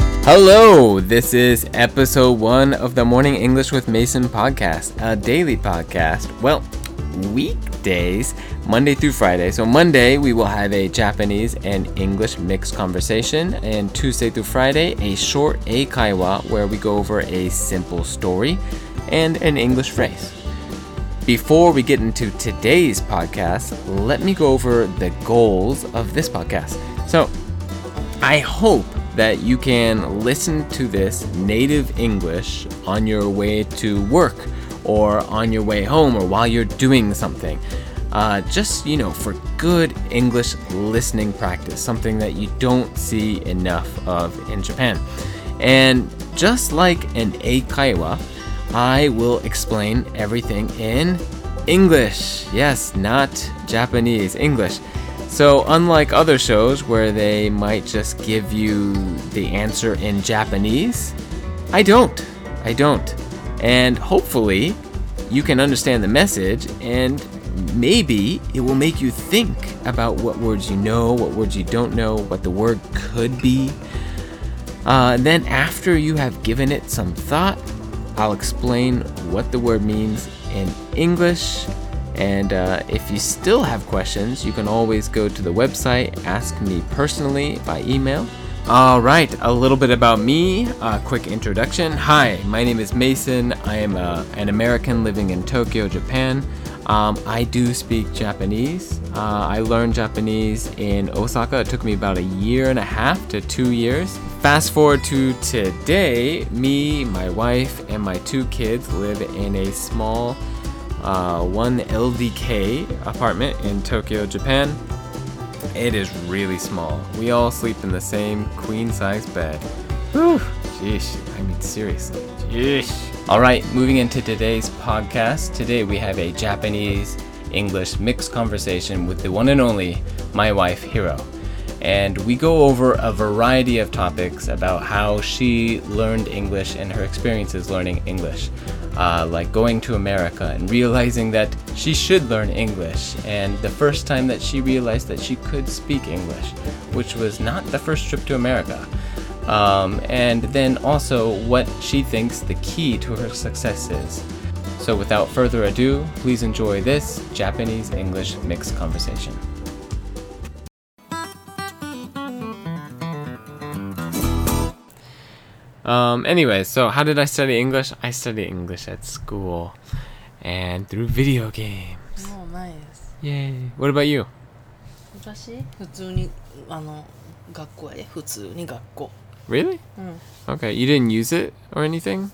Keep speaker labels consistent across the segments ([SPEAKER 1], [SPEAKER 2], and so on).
[SPEAKER 1] Hello, this is episode one of the Morning English with Mason podcast, a daily podcast. Well, weekdays, Monday through Friday. So, Monday, we will have a Japanese and English mixed conversation, and Tuesday through Friday, a short Eikaiwa where we go over a simple story and an English phrase. Before we get into today's podcast, let me go over the goals of this podcast. So, I hope that you can listen to this native English on your way to work or on your way home or while you're doing something. Uh, just, you know, for good English listening practice, something that you don't see enough of in Japan. And just like an Eikaiwa, I will explain everything in English. Yes, not Japanese, English. So, unlike other shows where they might just give you the answer in Japanese, I don't. I don't. And hopefully, you can understand the message and maybe it will make you think about what words you know, what words you don't know, what the word could be. Uh, then, after you have given it some thought, I'll explain what the word means in English. And uh, if you still have questions, you can always go to the website, ask me personally by email. All right, a little bit about me, a quick introduction. Hi, my name is Mason. I am uh an American living in Tokyo, Japan. Um, I do speak Japanese. Uh, I learned Japanese in Osaka. It took me about a year and a half to two years. Fast forward to today, me, my wife, and my two kids live in a small uh, 1LDK apartment in Tokyo, Japan. It is really small. We all sleep in the same queen size bed. Whew, jeesh. I mean, seriously. Jeesh. All right, moving into today's podcast. Today we have a Japanese English mixed conversation with the one and only my wife, Hiro. And we go over a variety of topics about how she learned English and her experiences learning English, uh, like going to America and realizing that she should learn English, and the first time that she realized that she could speak English, which was not the first trip to America. Um, and then also what she thinks the key to her success is. So, without further ado, please enjoy this Japanese English mixed conversation. 、um, anyway, so how did I study English? I studied English at school and through video games.
[SPEAKER 2] もうないです
[SPEAKER 1] Yay. What about you?
[SPEAKER 2] 私普通にあの学校やで普通に学校
[SPEAKER 1] Really?
[SPEAKER 2] うん
[SPEAKER 1] Okay, you didn't use it or anything?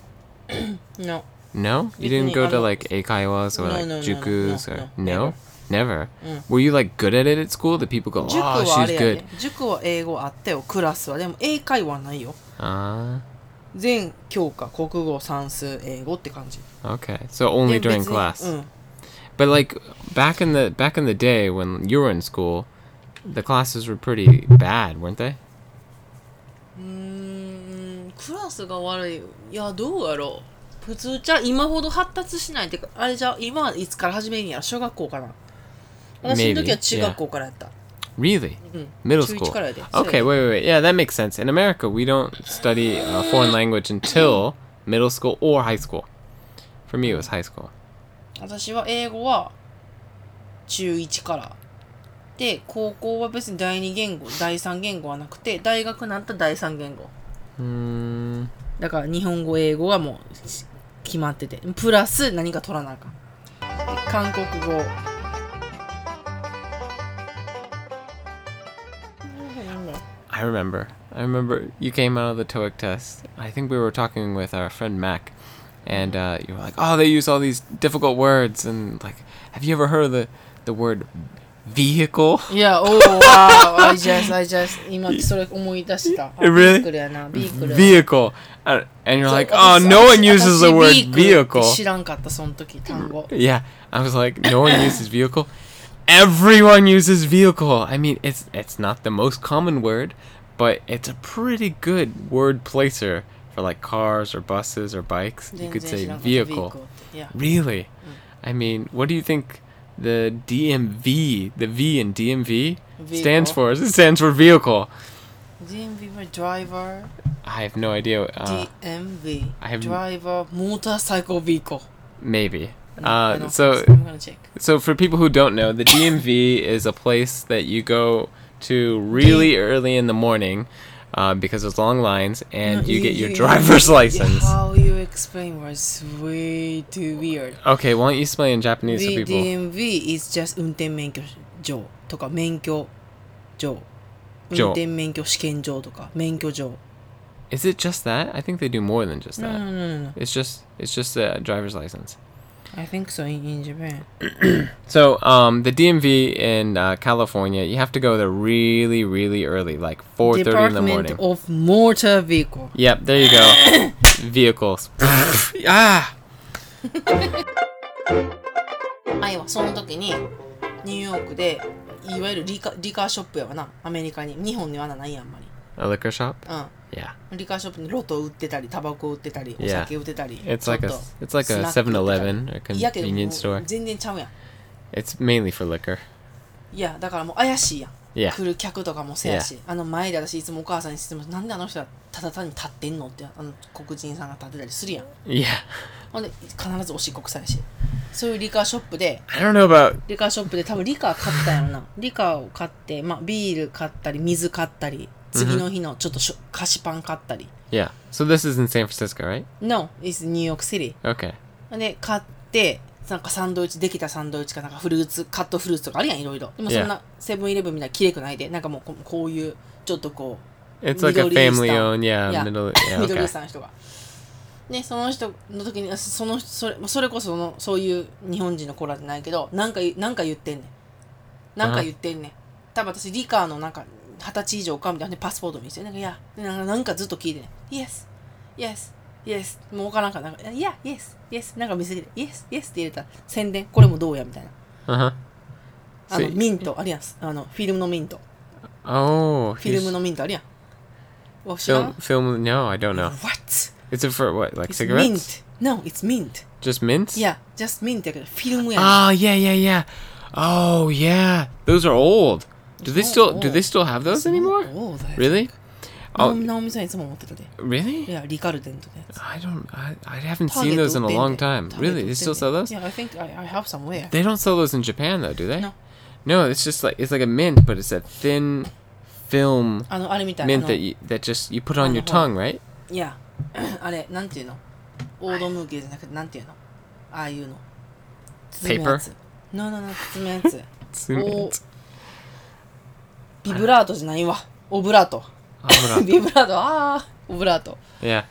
[SPEAKER 2] No
[SPEAKER 1] No, you didn't
[SPEAKER 2] Disney-
[SPEAKER 1] go
[SPEAKER 2] I
[SPEAKER 1] to
[SPEAKER 2] don't-
[SPEAKER 1] like eikaiwas or
[SPEAKER 2] No,
[SPEAKER 1] like
[SPEAKER 2] no, no,
[SPEAKER 1] jukus
[SPEAKER 2] no,
[SPEAKER 1] or
[SPEAKER 2] no,
[SPEAKER 1] no, never.
[SPEAKER 2] Mm.
[SPEAKER 1] Were you like good at it at school? Did people go,
[SPEAKER 2] 塾
[SPEAKER 1] oh,
[SPEAKER 2] はあ
[SPEAKER 1] she's
[SPEAKER 2] れや
[SPEAKER 1] good?
[SPEAKER 2] で塾は英語あったよクラスはでも英会話はないよ
[SPEAKER 1] Ah,
[SPEAKER 2] 全教科国語算数英語って感じ
[SPEAKER 1] okay. So only
[SPEAKER 2] で
[SPEAKER 1] during
[SPEAKER 2] 別に
[SPEAKER 1] class.
[SPEAKER 2] うん
[SPEAKER 1] But like back in the back in the day when you were in school, the classes were pretty bad, weren't they?
[SPEAKER 2] うーんクラスが悪いいやどうやろう普通じゃ今ほど発達しないってかあれじゃ今はいつから始めるんや小学校かな私の
[SPEAKER 1] Maybe,
[SPEAKER 2] 時は中学校からやった、
[SPEAKER 1] Really?
[SPEAKER 2] うん、
[SPEAKER 1] Middle
[SPEAKER 2] 中一
[SPEAKER 1] school.
[SPEAKER 2] からやでそうやで
[SPEAKER 1] Okay, wait, wait, wait. Yeah, that makes sense. In America, we don't study a foreign language until middle school or high school. For me, it was high school.
[SPEAKER 2] 私は英語は中1からで高校は別に第2言語第3言語はなくて大学になったら第3言語
[SPEAKER 1] Hmm.
[SPEAKER 2] だから日本語英語はもうし決まっててプラス何か取らなあかんで韓国語うん
[SPEAKER 1] I remember. I remember you came out of the TOEIC test. I think we were talking with our friend Mac, and uh, you were like, "Oh, they use all these difficult words," and like, "Have you ever heard of the the word vehicle?"
[SPEAKER 2] いや、おお、わあ、I just, I just, 今それ思い出した。あ
[SPEAKER 1] Really？
[SPEAKER 2] ビークルやな、ビークル。
[SPEAKER 1] Vehicle, Uh, and you're
[SPEAKER 2] そう
[SPEAKER 1] like, "Oh,
[SPEAKER 2] 私
[SPEAKER 1] no one
[SPEAKER 2] 私
[SPEAKER 1] uses the
[SPEAKER 2] 私
[SPEAKER 1] word
[SPEAKER 2] ビークルって
[SPEAKER 1] vehicle."
[SPEAKER 2] 知らんかった、その時、単語。
[SPEAKER 1] Yeah, I was like, "No one uses vehicle." Everyone uses vehicle. I mean, it's it's not the most common word, but it's a pretty good word placer for like cars or buses or bikes. You
[SPEAKER 2] 全
[SPEAKER 1] could
[SPEAKER 2] 然
[SPEAKER 1] say
[SPEAKER 2] 知らんかった
[SPEAKER 1] vehicle.
[SPEAKER 2] っていや
[SPEAKER 1] Really?
[SPEAKER 2] Hmm.
[SPEAKER 1] I mean, what do you think the DMV, the V in DMV stands
[SPEAKER 2] Vehicle.
[SPEAKER 1] for? It stands for vehicle.
[SPEAKER 2] DMV は driver
[SPEAKER 1] I have no idea. Uh,
[SPEAKER 2] DMV.
[SPEAKER 1] I have-
[SPEAKER 2] Driver Motorcycle Vehicle.
[SPEAKER 1] maybe.
[SPEAKER 2] I
[SPEAKER 1] Uh,
[SPEAKER 2] don't
[SPEAKER 1] so,
[SPEAKER 2] I'm gonna check.
[SPEAKER 1] so for people who don't know, the DMV is a place that you go to really early in the morning uh, because there's long lines, and
[SPEAKER 2] No,
[SPEAKER 1] you get your driver's license.
[SPEAKER 2] How you explain was way too weird.
[SPEAKER 1] Okay, why don't you explain in Japanese to
[SPEAKER 2] The
[SPEAKER 1] people?
[SPEAKER 2] DMV is just 運転免許場とか免許場。運
[SPEAKER 1] 場
[SPEAKER 2] 転免許試験場とか免許場。
[SPEAKER 1] Is it just that? I think they do more than just
[SPEAKER 2] No,
[SPEAKER 1] that.
[SPEAKER 2] no, no, no.
[SPEAKER 1] It's just it's just a driver's license.
[SPEAKER 2] I think so in, in Japan.
[SPEAKER 1] So um, the DMV in uh, California, you have to go there really, really early, like 4:30 in the
[SPEAKER 2] Department
[SPEAKER 1] morning.
[SPEAKER 2] of Motor Vehicle.
[SPEAKER 1] Yep, there you go. Vehicles. ah.
[SPEAKER 2] あいはその時にニューヨークでいわゆるリカリカーショップやわなアメリカに日本にはなないやんあんまり
[SPEAKER 1] A liquor shop. Yeah,
[SPEAKER 2] うんリカーショップにロト売ってたりタバコ売ってたり
[SPEAKER 1] Yeah.
[SPEAKER 2] お酒売ってたり
[SPEAKER 1] it's
[SPEAKER 2] ちょっ
[SPEAKER 1] like
[SPEAKER 2] と
[SPEAKER 1] a it's like
[SPEAKER 2] スナッ
[SPEAKER 1] a
[SPEAKER 2] ク
[SPEAKER 1] 7-Eleven, a
[SPEAKER 2] いやけども
[SPEAKER 1] convenience store.
[SPEAKER 2] う全然ちゃうやん
[SPEAKER 1] It's mainly for liquor.
[SPEAKER 2] いやだからもう怪しいやん
[SPEAKER 1] Yeah.
[SPEAKER 2] 来る客とかもせやし、あの前で私いつもお母さんに質問なんであの人はただ単に立ってんのってあの黒人さんが立ってたりするやん
[SPEAKER 1] Yeah.
[SPEAKER 2] ほんで必ずおしっこ臭いしそういうリカーショップで
[SPEAKER 1] I don't know about
[SPEAKER 2] リカーショップで多分リカー買ったやろな。リカーを買って、まあビール買ったり、水買ったり、次の日のちょっとしょ菓子パン買ったり。
[SPEAKER 1] yeah. So this is in San Francisco, right?
[SPEAKER 2] No, it's New York City.
[SPEAKER 1] Okay.
[SPEAKER 2] で、買って、なんかサンドイッチ、できたサンドイッチかなんかフルーツ、カットフルーツとかあるやん、いろいろ。でも
[SPEAKER 1] Yeah.
[SPEAKER 2] そんなセブンイレブンみたいな綺麗くないで、なんかもうここういう、ちょっとこう、
[SPEAKER 1] It's like a
[SPEAKER 2] Middle Eastern.
[SPEAKER 1] family-owned, yeah,
[SPEAKER 2] Yeah.
[SPEAKER 1] middle, yeah,
[SPEAKER 2] 緑
[SPEAKER 1] okay.
[SPEAKER 2] さんの人が。ね、その人の時に、その人それそれこそその、そういう日本人の子らじゃないけど、なんか言うなんか言ってんねん。なんか言ってんねん。多分私、リカーのなんか、二十歳以上かみたいなパスポート見せて、なんか、いや、でなんかなんかずっと聞いてねん。Yes, yes, yes. もうわからんから、なんか、いや、Yes, yes. なんか見せてきて、Yes, yes って入れたら宣伝、これもどうやみたいな。
[SPEAKER 1] Uh huh.
[SPEAKER 2] あの、
[SPEAKER 1] See.
[SPEAKER 2] ミント、あるやん。あの、フィルムのミント。
[SPEAKER 1] Oh,
[SPEAKER 2] フィル
[SPEAKER 1] he's-
[SPEAKER 2] ムのミントあるやん。わ、知ら
[SPEAKER 1] Film,
[SPEAKER 2] ん
[SPEAKER 1] film. No, I don't know.
[SPEAKER 2] ?What?
[SPEAKER 1] Is it for what, like
[SPEAKER 2] It's
[SPEAKER 1] cigarettes?
[SPEAKER 2] mint. No, it's mint.
[SPEAKER 1] Just mints?
[SPEAKER 2] Yeah, just mint やけど、フィルムやねん
[SPEAKER 1] Oh yeah, yeah, yeah. Oh yeah. Those are old. Do they
[SPEAKER 2] Those are
[SPEAKER 1] still do
[SPEAKER 2] old.
[SPEAKER 1] they still have those
[SPEAKER 2] そう
[SPEAKER 1] anymore?
[SPEAKER 2] そうだよ
[SPEAKER 1] Really?
[SPEAKER 2] なお
[SPEAKER 1] Oh,
[SPEAKER 2] なおみさんいつも持ってたで。い
[SPEAKER 1] really?
[SPEAKER 2] や、リカルデントのやつ。
[SPEAKER 1] I don't. I, I haven't
[SPEAKER 2] ターゲ
[SPEAKER 1] seen
[SPEAKER 2] ッ
[SPEAKER 1] those in
[SPEAKER 2] ト売っ
[SPEAKER 1] a
[SPEAKER 2] てんね
[SPEAKER 1] long time.
[SPEAKER 2] ターゲット売ってん
[SPEAKER 1] Really?
[SPEAKER 2] ね
[SPEAKER 1] They still sell those?
[SPEAKER 2] Yeah, I think I, I have somewhere.
[SPEAKER 1] They don't sell those in Japan though, do they?
[SPEAKER 2] No.
[SPEAKER 1] No, it's just like it's like a mint, but it's a thin film
[SPEAKER 2] あの、あれみたいな。
[SPEAKER 1] mint
[SPEAKER 2] あ
[SPEAKER 1] that
[SPEAKER 2] の
[SPEAKER 1] you, that just you put on
[SPEAKER 2] On
[SPEAKER 1] your
[SPEAKER 2] the
[SPEAKER 1] tongue, right?
[SPEAKER 2] いや、 あれ、なんていうのオードムーゲーじゃなくて、なんていうのああいうの。包むやつ。No, no, no, 包むや つ。
[SPEAKER 1] It's in-
[SPEAKER 2] Oh.
[SPEAKER 1] it's-
[SPEAKER 2] ビブラートじゃないわ。オブラート。
[SPEAKER 1] oh, no.
[SPEAKER 2] ビブラート、ああ、オブラート。
[SPEAKER 1] yeah.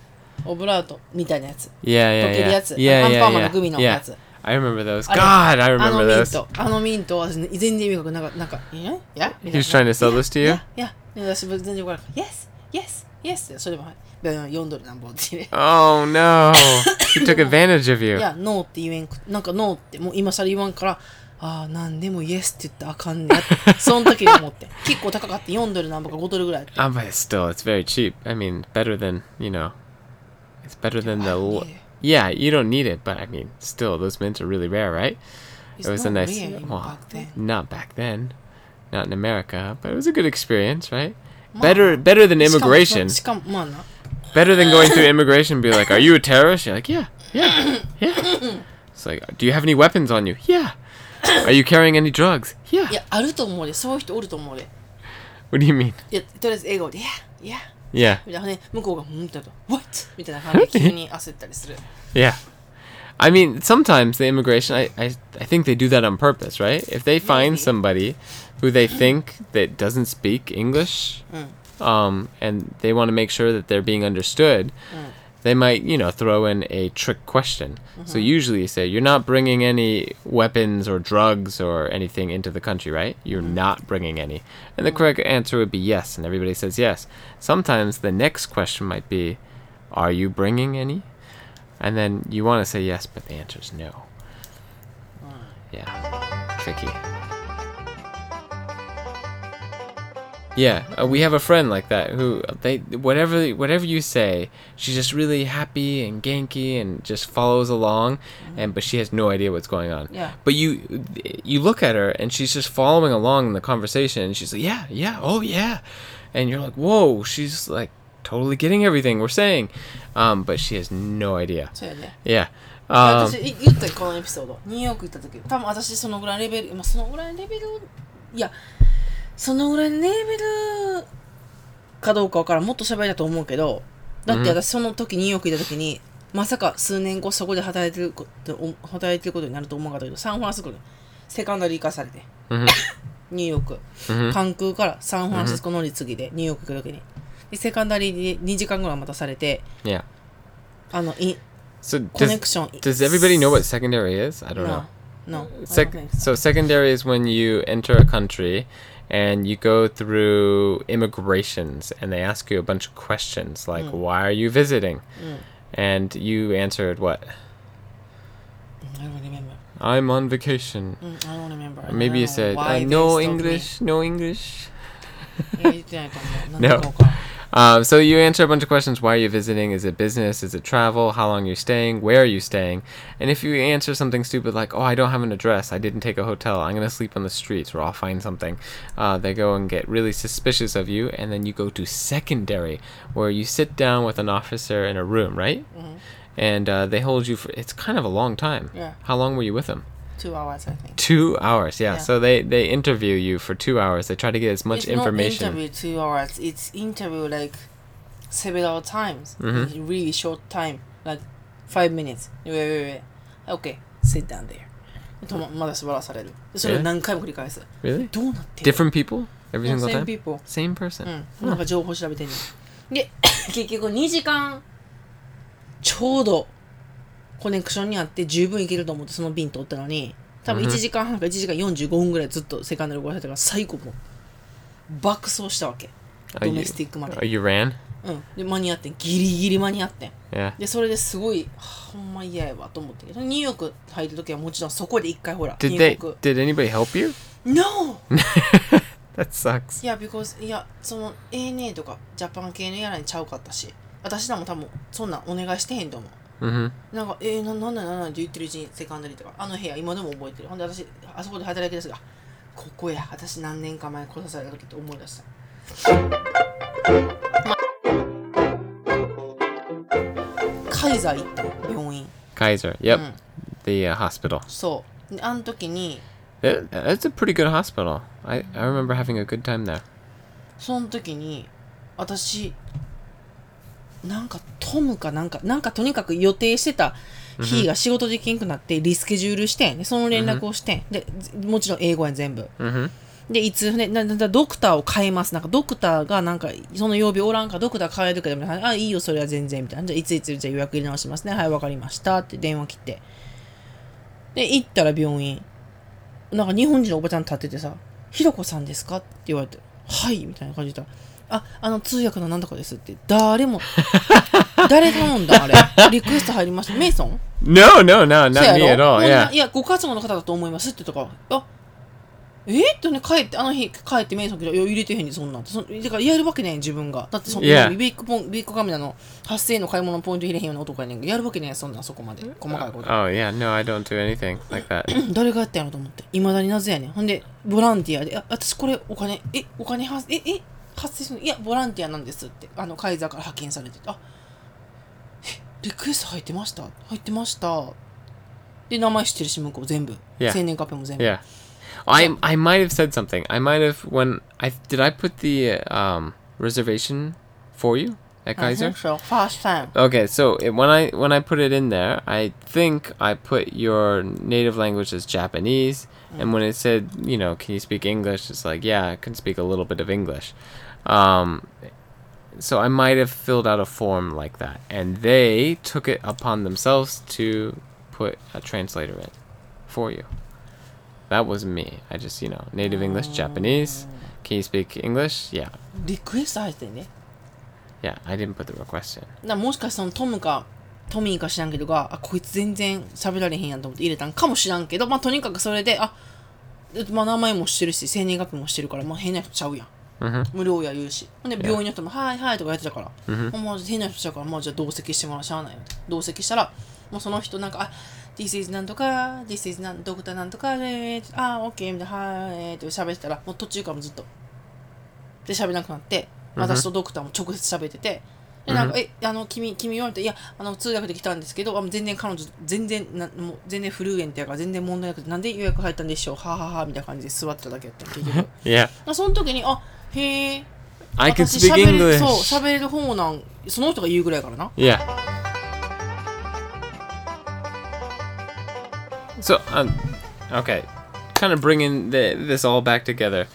[SPEAKER 2] オブラートみたいなやつ。
[SPEAKER 1] Yeah,
[SPEAKER 2] 溶ける
[SPEAKER 1] yeah,
[SPEAKER 2] やつ
[SPEAKER 1] yeah. Yeah,
[SPEAKER 2] アンパンマン
[SPEAKER 1] yeah,
[SPEAKER 2] のグミ
[SPEAKER 1] yeah.
[SPEAKER 2] のや
[SPEAKER 1] yeah.
[SPEAKER 2] つ
[SPEAKER 1] I remember those.
[SPEAKER 2] あれ
[SPEAKER 1] God, I
[SPEAKER 2] あ
[SPEAKER 1] remember
[SPEAKER 2] のミン
[SPEAKER 1] those.
[SPEAKER 2] トあのミントは全然意味がなかったなんか「えいや?みたいな」
[SPEAKER 1] He was trying to sell this to
[SPEAKER 2] い
[SPEAKER 1] you?
[SPEAKER 2] やいやいや私全然分からなかった「Yes Yes Yes」それも4ドルなんぼってね
[SPEAKER 1] Oh no! he took advantage of
[SPEAKER 2] い
[SPEAKER 1] you.
[SPEAKER 2] や「ノー」って言えんくなんか「ノー」ってもう今更言わんからああ何でも「イエス」って言ったらあかんねやってその時に思って結構高かった4ドルなんぼか5ドルぐらいやって
[SPEAKER 1] Ah, but still, it's very cheap. I mean, better than you know. It's better than the. l-
[SPEAKER 2] need it.
[SPEAKER 1] Yeah, you don't need it, but I mean, still, those mints are really rare, right? It was a nice. Well, not back then, not in America, but it was a good experience, right? Better, better than immigration.
[SPEAKER 2] しかもまあな
[SPEAKER 1] Better than going through immigration. and Be like, are you a terrorist? You're like, yeah, yeah, yeah. It's like, do you have any weapons on you? Yeah. Are you carrying any drugs? Yeah.
[SPEAKER 2] いやあると思うでそういう人おると思うで
[SPEAKER 1] What do you mean?
[SPEAKER 2] いやとりあえず英語で「いやいや」
[SPEAKER 1] Yeah.
[SPEAKER 2] みたいなね向こうが「うん」ってなると「What?」みたいな感じで急に焦ったりする
[SPEAKER 1] Yeah. I mean, sometimes the immigration, I, I, I think they do that on purpose, right? If they find
[SPEAKER 2] Maybe.
[SPEAKER 1] somebody who they think that doesn't speak English, um, and they want to make sure that they're being understood, they might, you know, throw in a trick question. So usually you say, you're not bringing any weapons or drugs or anything into the country, right? You're not bringing any. And the correct answer would be yes, and everybody says yes. Sometimes the next question might be, are you bringing any? And then you want to say yes, but the answer is no. Yeah, tricky. Yeah, uh, we have a friend like that who uh, they whatever whatever you say, she's just really happy and ganky and just follows along, and but she has no idea what's going on.
[SPEAKER 2] Yeah.
[SPEAKER 1] But you you look at her and she's just following along in the conversation. And she's like, yeah, yeah, oh yeah, and you're like, whoa, she's like totally getting everything we're saying. Um, but she has no idea.
[SPEAKER 2] そうやね
[SPEAKER 1] Yeah.
[SPEAKER 2] 私
[SPEAKER 1] Um,
[SPEAKER 2] い言ったよこのエピソードニューヨーク行った時多分私そのぐらいレベル、まあ、そのぐらいレベルいやそのぐらいレベルかどうかわからんもっと喋りだと思うけどだって私その時ニューヨーク行った時にまさか数年後そこで働いてること働いてることになると思うかったけどサンフランシスコでセカンダリー化されて
[SPEAKER 1] mm-hmm,
[SPEAKER 2] ニューヨーク、関空からサンフランシスコ乗り継ぎでニューヨーク行く時にでセカンダリーに2時間ぐらい待たされて
[SPEAKER 1] yeah.
[SPEAKER 2] あのい
[SPEAKER 1] So
[SPEAKER 2] コネク
[SPEAKER 1] does,
[SPEAKER 2] ション
[SPEAKER 1] does everybody know what secondary is? I don't know.
[SPEAKER 2] No. No. I
[SPEAKER 1] Sec-
[SPEAKER 2] don't think so.
[SPEAKER 1] so secondary is when you enter a country and you go through immigrations and they ask you a bunch of questions like
[SPEAKER 2] Hmm.
[SPEAKER 1] why are you visiting and you answered what
[SPEAKER 2] I don't remember.
[SPEAKER 1] i'm on vacation
[SPEAKER 2] Mm, I don't remember. I
[SPEAKER 1] maybe
[SPEAKER 2] don't
[SPEAKER 1] you
[SPEAKER 2] know
[SPEAKER 1] said
[SPEAKER 2] why
[SPEAKER 1] uh,
[SPEAKER 2] they
[SPEAKER 1] no
[SPEAKER 2] stopped me.
[SPEAKER 1] english no english
[SPEAKER 2] いや言ってない と思う
[SPEAKER 1] No.
[SPEAKER 2] なんでかわか
[SPEAKER 1] um, so you answer a bunch of questions why are you visiting is it business is it travel how long are you staying where are you staying and if you answer something stupid like oh i don't have an address i didn't take a hotel i'm going to sleep on the streets or i'll find something uh, they go and get really suspicious of you and then you go to secondary where you sit down with an officer in a room right and uh, they hold you for it's kind of a long time
[SPEAKER 2] Yeah.
[SPEAKER 1] how long were you with them
[SPEAKER 2] らん Two hours, I think.
[SPEAKER 1] two hours yeah,
[SPEAKER 2] Yeah.
[SPEAKER 1] so they they interview you for two hours they try to get as much
[SPEAKER 2] It's not
[SPEAKER 1] information
[SPEAKER 2] interview two hours. It's interview like several times. In Really short time. Like five minutes. Wait, wait, wait. Okay. Sit down there. とままだ縛らされる。それを何回も繰り返す。
[SPEAKER 1] really
[SPEAKER 2] どうなってる
[SPEAKER 1] different people Mm. every single
[SPEAKER 2] Same
[SPEAKER 1] time
[SPEAKER 2] people.
[SPEAKER 1] Same person.
[SPEAKER 2] うん、なんか情報調べてんねんで 結局2時間ちょうどコネクションにあって十分いけると思ってその便取ったのに多分1時間半か1時間45分ぐらいずっとセカンドル動かされたから最後もう爆走したわけ
[SPEAKER 1] Are
[SPEAKER 2] ド
[SPEAKER 1] you,
[SPEAKER 2] メスティックま
[SPEAKER 1] oh,
[SPEAKER 2] で、
[SPEAKER 1] you ran?
[SPEAKER 2] うん、で間に合ってんギリギリ間に合ってん
[SPEAKER 1] Yeah.
[SPEAKER 2] でそれですごいはあほんま嫌やわと思ってけどニューヨーク入る時はもちろんそこで一回ほら
[SPEAKER 1] Did
[SPEAKER 2] 入
[SPEAKER 1] they?
[SPEAKER 2] 国
[SPEAKER 1] Did anybody help you?
[SPEAKER 2] NO!
[SPEAKER 1] That sucks.
[SPEAKER 2] いや、because いや、その ANA とかジャパン系のやらにちゃうかったし、私らも多分そんなんお願いしてへんと思う。なんか、えー、ななんだなんだって言ってるうちにセカンドリーとか、あの部屋今でも覚えてる。ほんで私、あそこで働いてるんですが、ここや、私何年か前に来さされた時って思い出した。まカイザー行ったの病院。
[SPEAKER 1] Kaiser. Yep.
[SPEAKER 2] Mm.
[SPEAKER 1] The uh, hospital.
[SPEAKER 2] そう。であの時に、
[SPEAKER 1] That, that's a pretty good hospital. I, I remember having a good time there.
[SPEAKER 2] その時に私なんかトムかなんかなんかとにかく予定してた日が仕事できんくなってリスケジュールしてんでその連絡をしてんでずもちろん英語やん全部
[SPEAKER 1] Mm-hmm.
[SPEAKER 2] でいつねなななドクターを変えますなんかドクターがなんかその曜日おらんからドクター変えるけどみたいなあいいよそれは全然みたいなじゃあいついつじゃあ予約入れ直しますねはいわかりましたって電話切ってで行ったら病院なんか日本人のおばちゃん立っててさ「ひろこさんですか?」って言われて「はい」みたいな感じで言ったら「ああの通訳のなんとかです」って誰も 誰頼んだあれリクエスト入りましたメイソン
[SPEAKER 1] No, no, no,
[SPEAKER 2] そう
[SPEAKER 1] not
[SPEAKER 2] や
[SPEAKER 1] me at
[SPEAKER 2] ろ
[SPEAKER 1] all.
[SPEAKER 2] もうな
[SPEAKER 1] Yeah.
[SPEAKER 2] いや、ご家族の方だと思いますってとか、あえっとね、帰って、あの日、帰ってメイソン来て、いや、入れてへんねんそんなんて。そんだから、やるわけないやん、自分が。だって、そん
[SPEAKER 1] Yeah.
[SPEAKER 2] ビッグポン、ビッグカメラの8000円の買い物のポイント入れへんような男やねんけどやるわけないやん、そんなん、そこまで。細かいこと。
[SPEAKER 1] Oh yeah. No, I don't do anything like that.
[SPEAKER 2] 誰がやったんやろと思って。いまだになぜやねん。ほんで、ボランティアで、あ、私これお金、え、お金は、え、え、発生するのいや、ボランティアなんですって。あの、カイザーから派遣されてて。あ、え、リクエスト入ってました入ってました。で、名前知ってるし、向こう全部。
[SPEAKER 1] Yeah.
[SPEAKER 2] 生年月日も全部。
[SPEAKER 1] Yeah. I I might have said something. I might have when I did I put the uh, um reservation for you at Kaiser.
[SPEAKER 2] So, first time.
[SPEAKER 1] Okay, so it, when I when I put it in there, I think I put your native language as Japanese, and when it said, you know, can you speak English? It's like, yeah, I can speak a little bit of English. Um, so I might have filled out a form like that, and they took it upon themselves to put a translator in for you. That was me. I just, you know, native English, Japanese. Can you speak English? Yeah,
[SPEAKER 2] リクエスト入ってんね。
[SPEAKER 1] yeah. I didn't put the request in.
[SPEAKER 2] なもしかしたらそのトムかトミーか知らんけどがあこいつ全然喋られへんやんと思って入れたんかもしらんけどまあとにかくそれであ、まあ、名前もしてるし生年月日もしてるから、まあ、変な人ちゃうやん、無料や言うしほんで病院の人も「はいはい」とかやってたから、ほんま変な人ちゃうから、まあ、じゃあ同席してもらうしゃあないよ同席したらもうその人なんか「あ This is なんとか This is なんドクターなんとかえーあ OK」みたいな「はい」って喋ってたらもう途中からもずっとで喋らなくなって私とドクターも直接喋ってて、でなんか、えあの君君はみたいないやあの通訳で来たんですけどあ全然彼女全然なもう全然フルーエントやから全然問題なくてなんで予約入ったんでしょうはあはあはあみたいな感じで座ってただけやったの結 局
[SPEAKER 1] Yeah.
[SPEAKER 2] まあその時にあへえ
[SPEAKER 1] I can
[SPEAKER 2] 私
[SPEAKER 1] speak
[SPEAKER 2] 喋れる
[SPEAKER 1] English.
[SPEAKER 2] そう喋れる方なんその人が言うぐらいやからな
[SPEAKER 1] Yeah. So, um, okay, kind of bringing the, this all back together.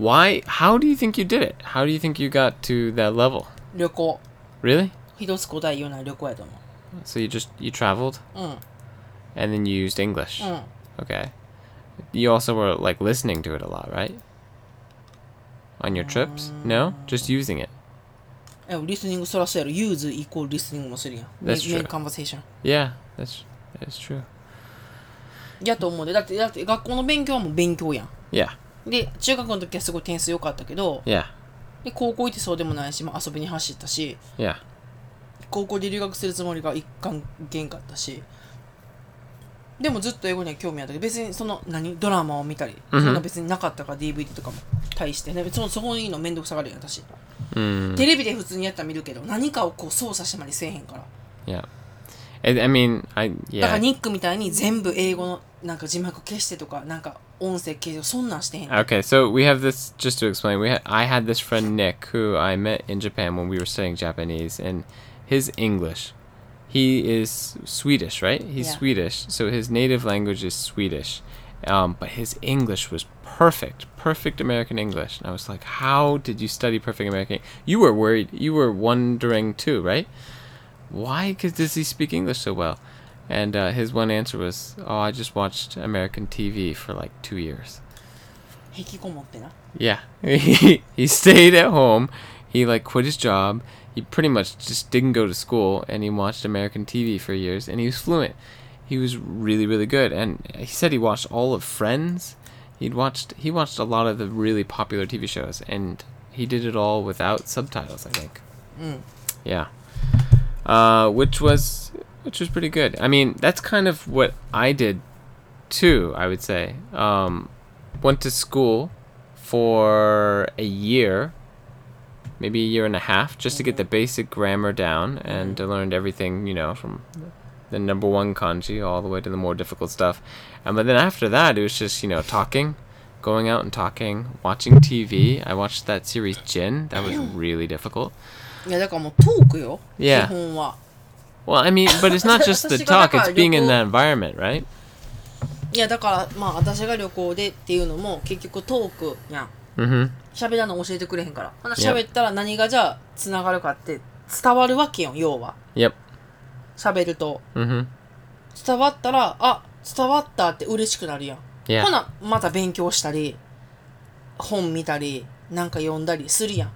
[SPEAKER 1] Why? How do you think you did it? How do you think you got to that level?
[SPEAKER 2] 旅行
[SPEAKER 1] Really?
[SPEAKER 2] 一つ答え言うなら旅行やと思
[SPEAKER 1] So you just you traveled
[SPEAKER 2] ううん
[SPEAKER 1] and then you used English.
[SPEAKER 2] うん
[SPEAKER 1] Okay. You also were like listening to it a lot, right? On your trips? No, just using it.
[SPEAKER 2] えリスニングそらそうやろユーズイコールリスニングもするやん
[SPEAKER 1] That's true.
[SPEAKER 2] カンバセーション
[SPEAKER 1] Yeah, that's that's true.
[SPEAKER 2] やと思うでだってだって学校の勉強はもう勉強やん
[SPEAKER 1] Yeah,
[SPEAKER 2] で中学の時はすごい点数良かったけど
[SPEAKER 1] yeah,
[SPEAKER 2] で高校行ってそうでもないし、まあ、遊びに走ったし
[SPEAKER 1] yeah,
[SPEAKER 2] 高校で留学するつもりが一貫げんかったしでもずっと英語には興味あったけど別にその何ドラマを見たり、
[SPEAKER 1] うんうん
[SPEAKER 2] そんな別になかったから DVD とかも対してねそそこにいいの面倒くさがるやん私、
[SPEAKER 1] Mm,
[SPEAKER 2] テレビで普通にやったら見るけど何かをこう操作したまりせえへんから
[SPEAKER 1] yeah. I, I mean, I
[SPEAKER 2] だから
[SPEAKER 1] yeah.
[SPEAKER 2] ニックみたいに全部英語のなんか字幕消してとかなんか音声消してそんなんしてへん
[SPEAKER 1] Okay, so we have this just to explain. We ha- I had this friend Nick who I met in Japan when we were studying Japanese, and his English. He is Swedish, right? He's
[SPEAKER 2] Yeah.
[SPEAKER 1] Swedish, so his native language is Swedish, um, but his English was perfect, perfect American English. And I was like, "How did you study perfect American?" You were worried. You were wondering too, right? Why could- does he speak English so well? And uh, his one answer was, "Oh, I just watched American TV for like two years."
[SPEAKER 2] 引きこもってな
[SPEAKER 1] Yeah. He, he stayed at home. He like quit his job. He pretty much just didn't go to school and he watched American TV for years and he was fluent. He was really really good and he said he watched all of Friends. He'd watched he watched a lot of the really popular TV shows and he did it all without subtitles, I think. Yeah. Uh, which was which was pretty good. I mean, that's kind of what I did too, I would say. Um, went to school for a year, maybe a year and a half, just to get the basic grammar down and I learned everything, you know, from the number one kanji all the way to the more difficult stuff. And but then after that, it was just you know talking, going out and talking, watching TV. I watched that series Jin. That was really difficult.
[SPEAKER 2] いやだからもうトークよ
[SPEAKER 1] Yeah.
[SPEAKER 2] 基本は
[SPEAKER 1] Well, I mean, but it's not just the talk; it's being in that environment, right?
[SPEAKER 2] いやだからまあ私が旅行でっていうのも結局トークやん
[SPEAKER 1] Mm-hmm.
[SPEAKER 2] 喋らんの教えてくれへんからほな
[SPEAKER 1] Yep.
[SPEAKER 2] 喋ったら何がじゃあつながるかって伝わるわけよ要は
[SPEAKER 1] Yep.
[SPEAKER 2] 喋ると
[SPEAKER 1] Mm-hmm.
[SPEAKER 2] 伝わったらあ伝わったって嬉しくなるやん、ほ
[SPEAKER 1] Yeah.
[SPEAKER 2] なまた勉強したり本見たりなんか読んだりするやんほ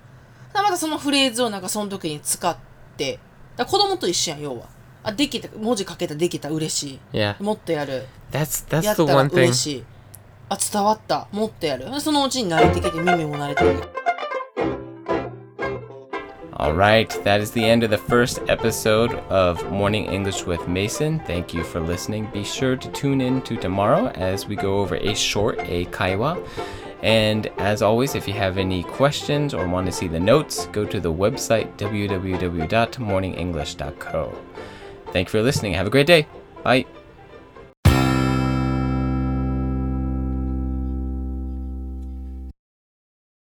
[SPEAKER 2] なまたそのフレーズをなんかその時に使ってだから子供と一緒やん要はあできた文字書けたできた嬉し
[SPEAKER 1] Yeah.
[SPEAKER 2] いもっとやる
[SPEAKER 1] That's
[SPEAKER 2] や
[SPEAKER 1] that's
[SPEAKER 2] っ
[SPEAKER 1] the
[SPEAKER 2] たら
[SPEAKER 1] one thing.
[SPEAKER 2] 嬉しい。あ、伝わった。もっとやる。そのうちに慣れてきて耳も慣れてくる。
[SPEAKER 1] All right, that is the end of the first episode of Morning English with Mason. Thank you for listening. Be sure to tune in to tomorrow as we go over a short a kaiwa. And as always, if you have any questions or want to see the notes, go to the website www.morningenglish.co. Thank you for listening. Have a great day. Bye.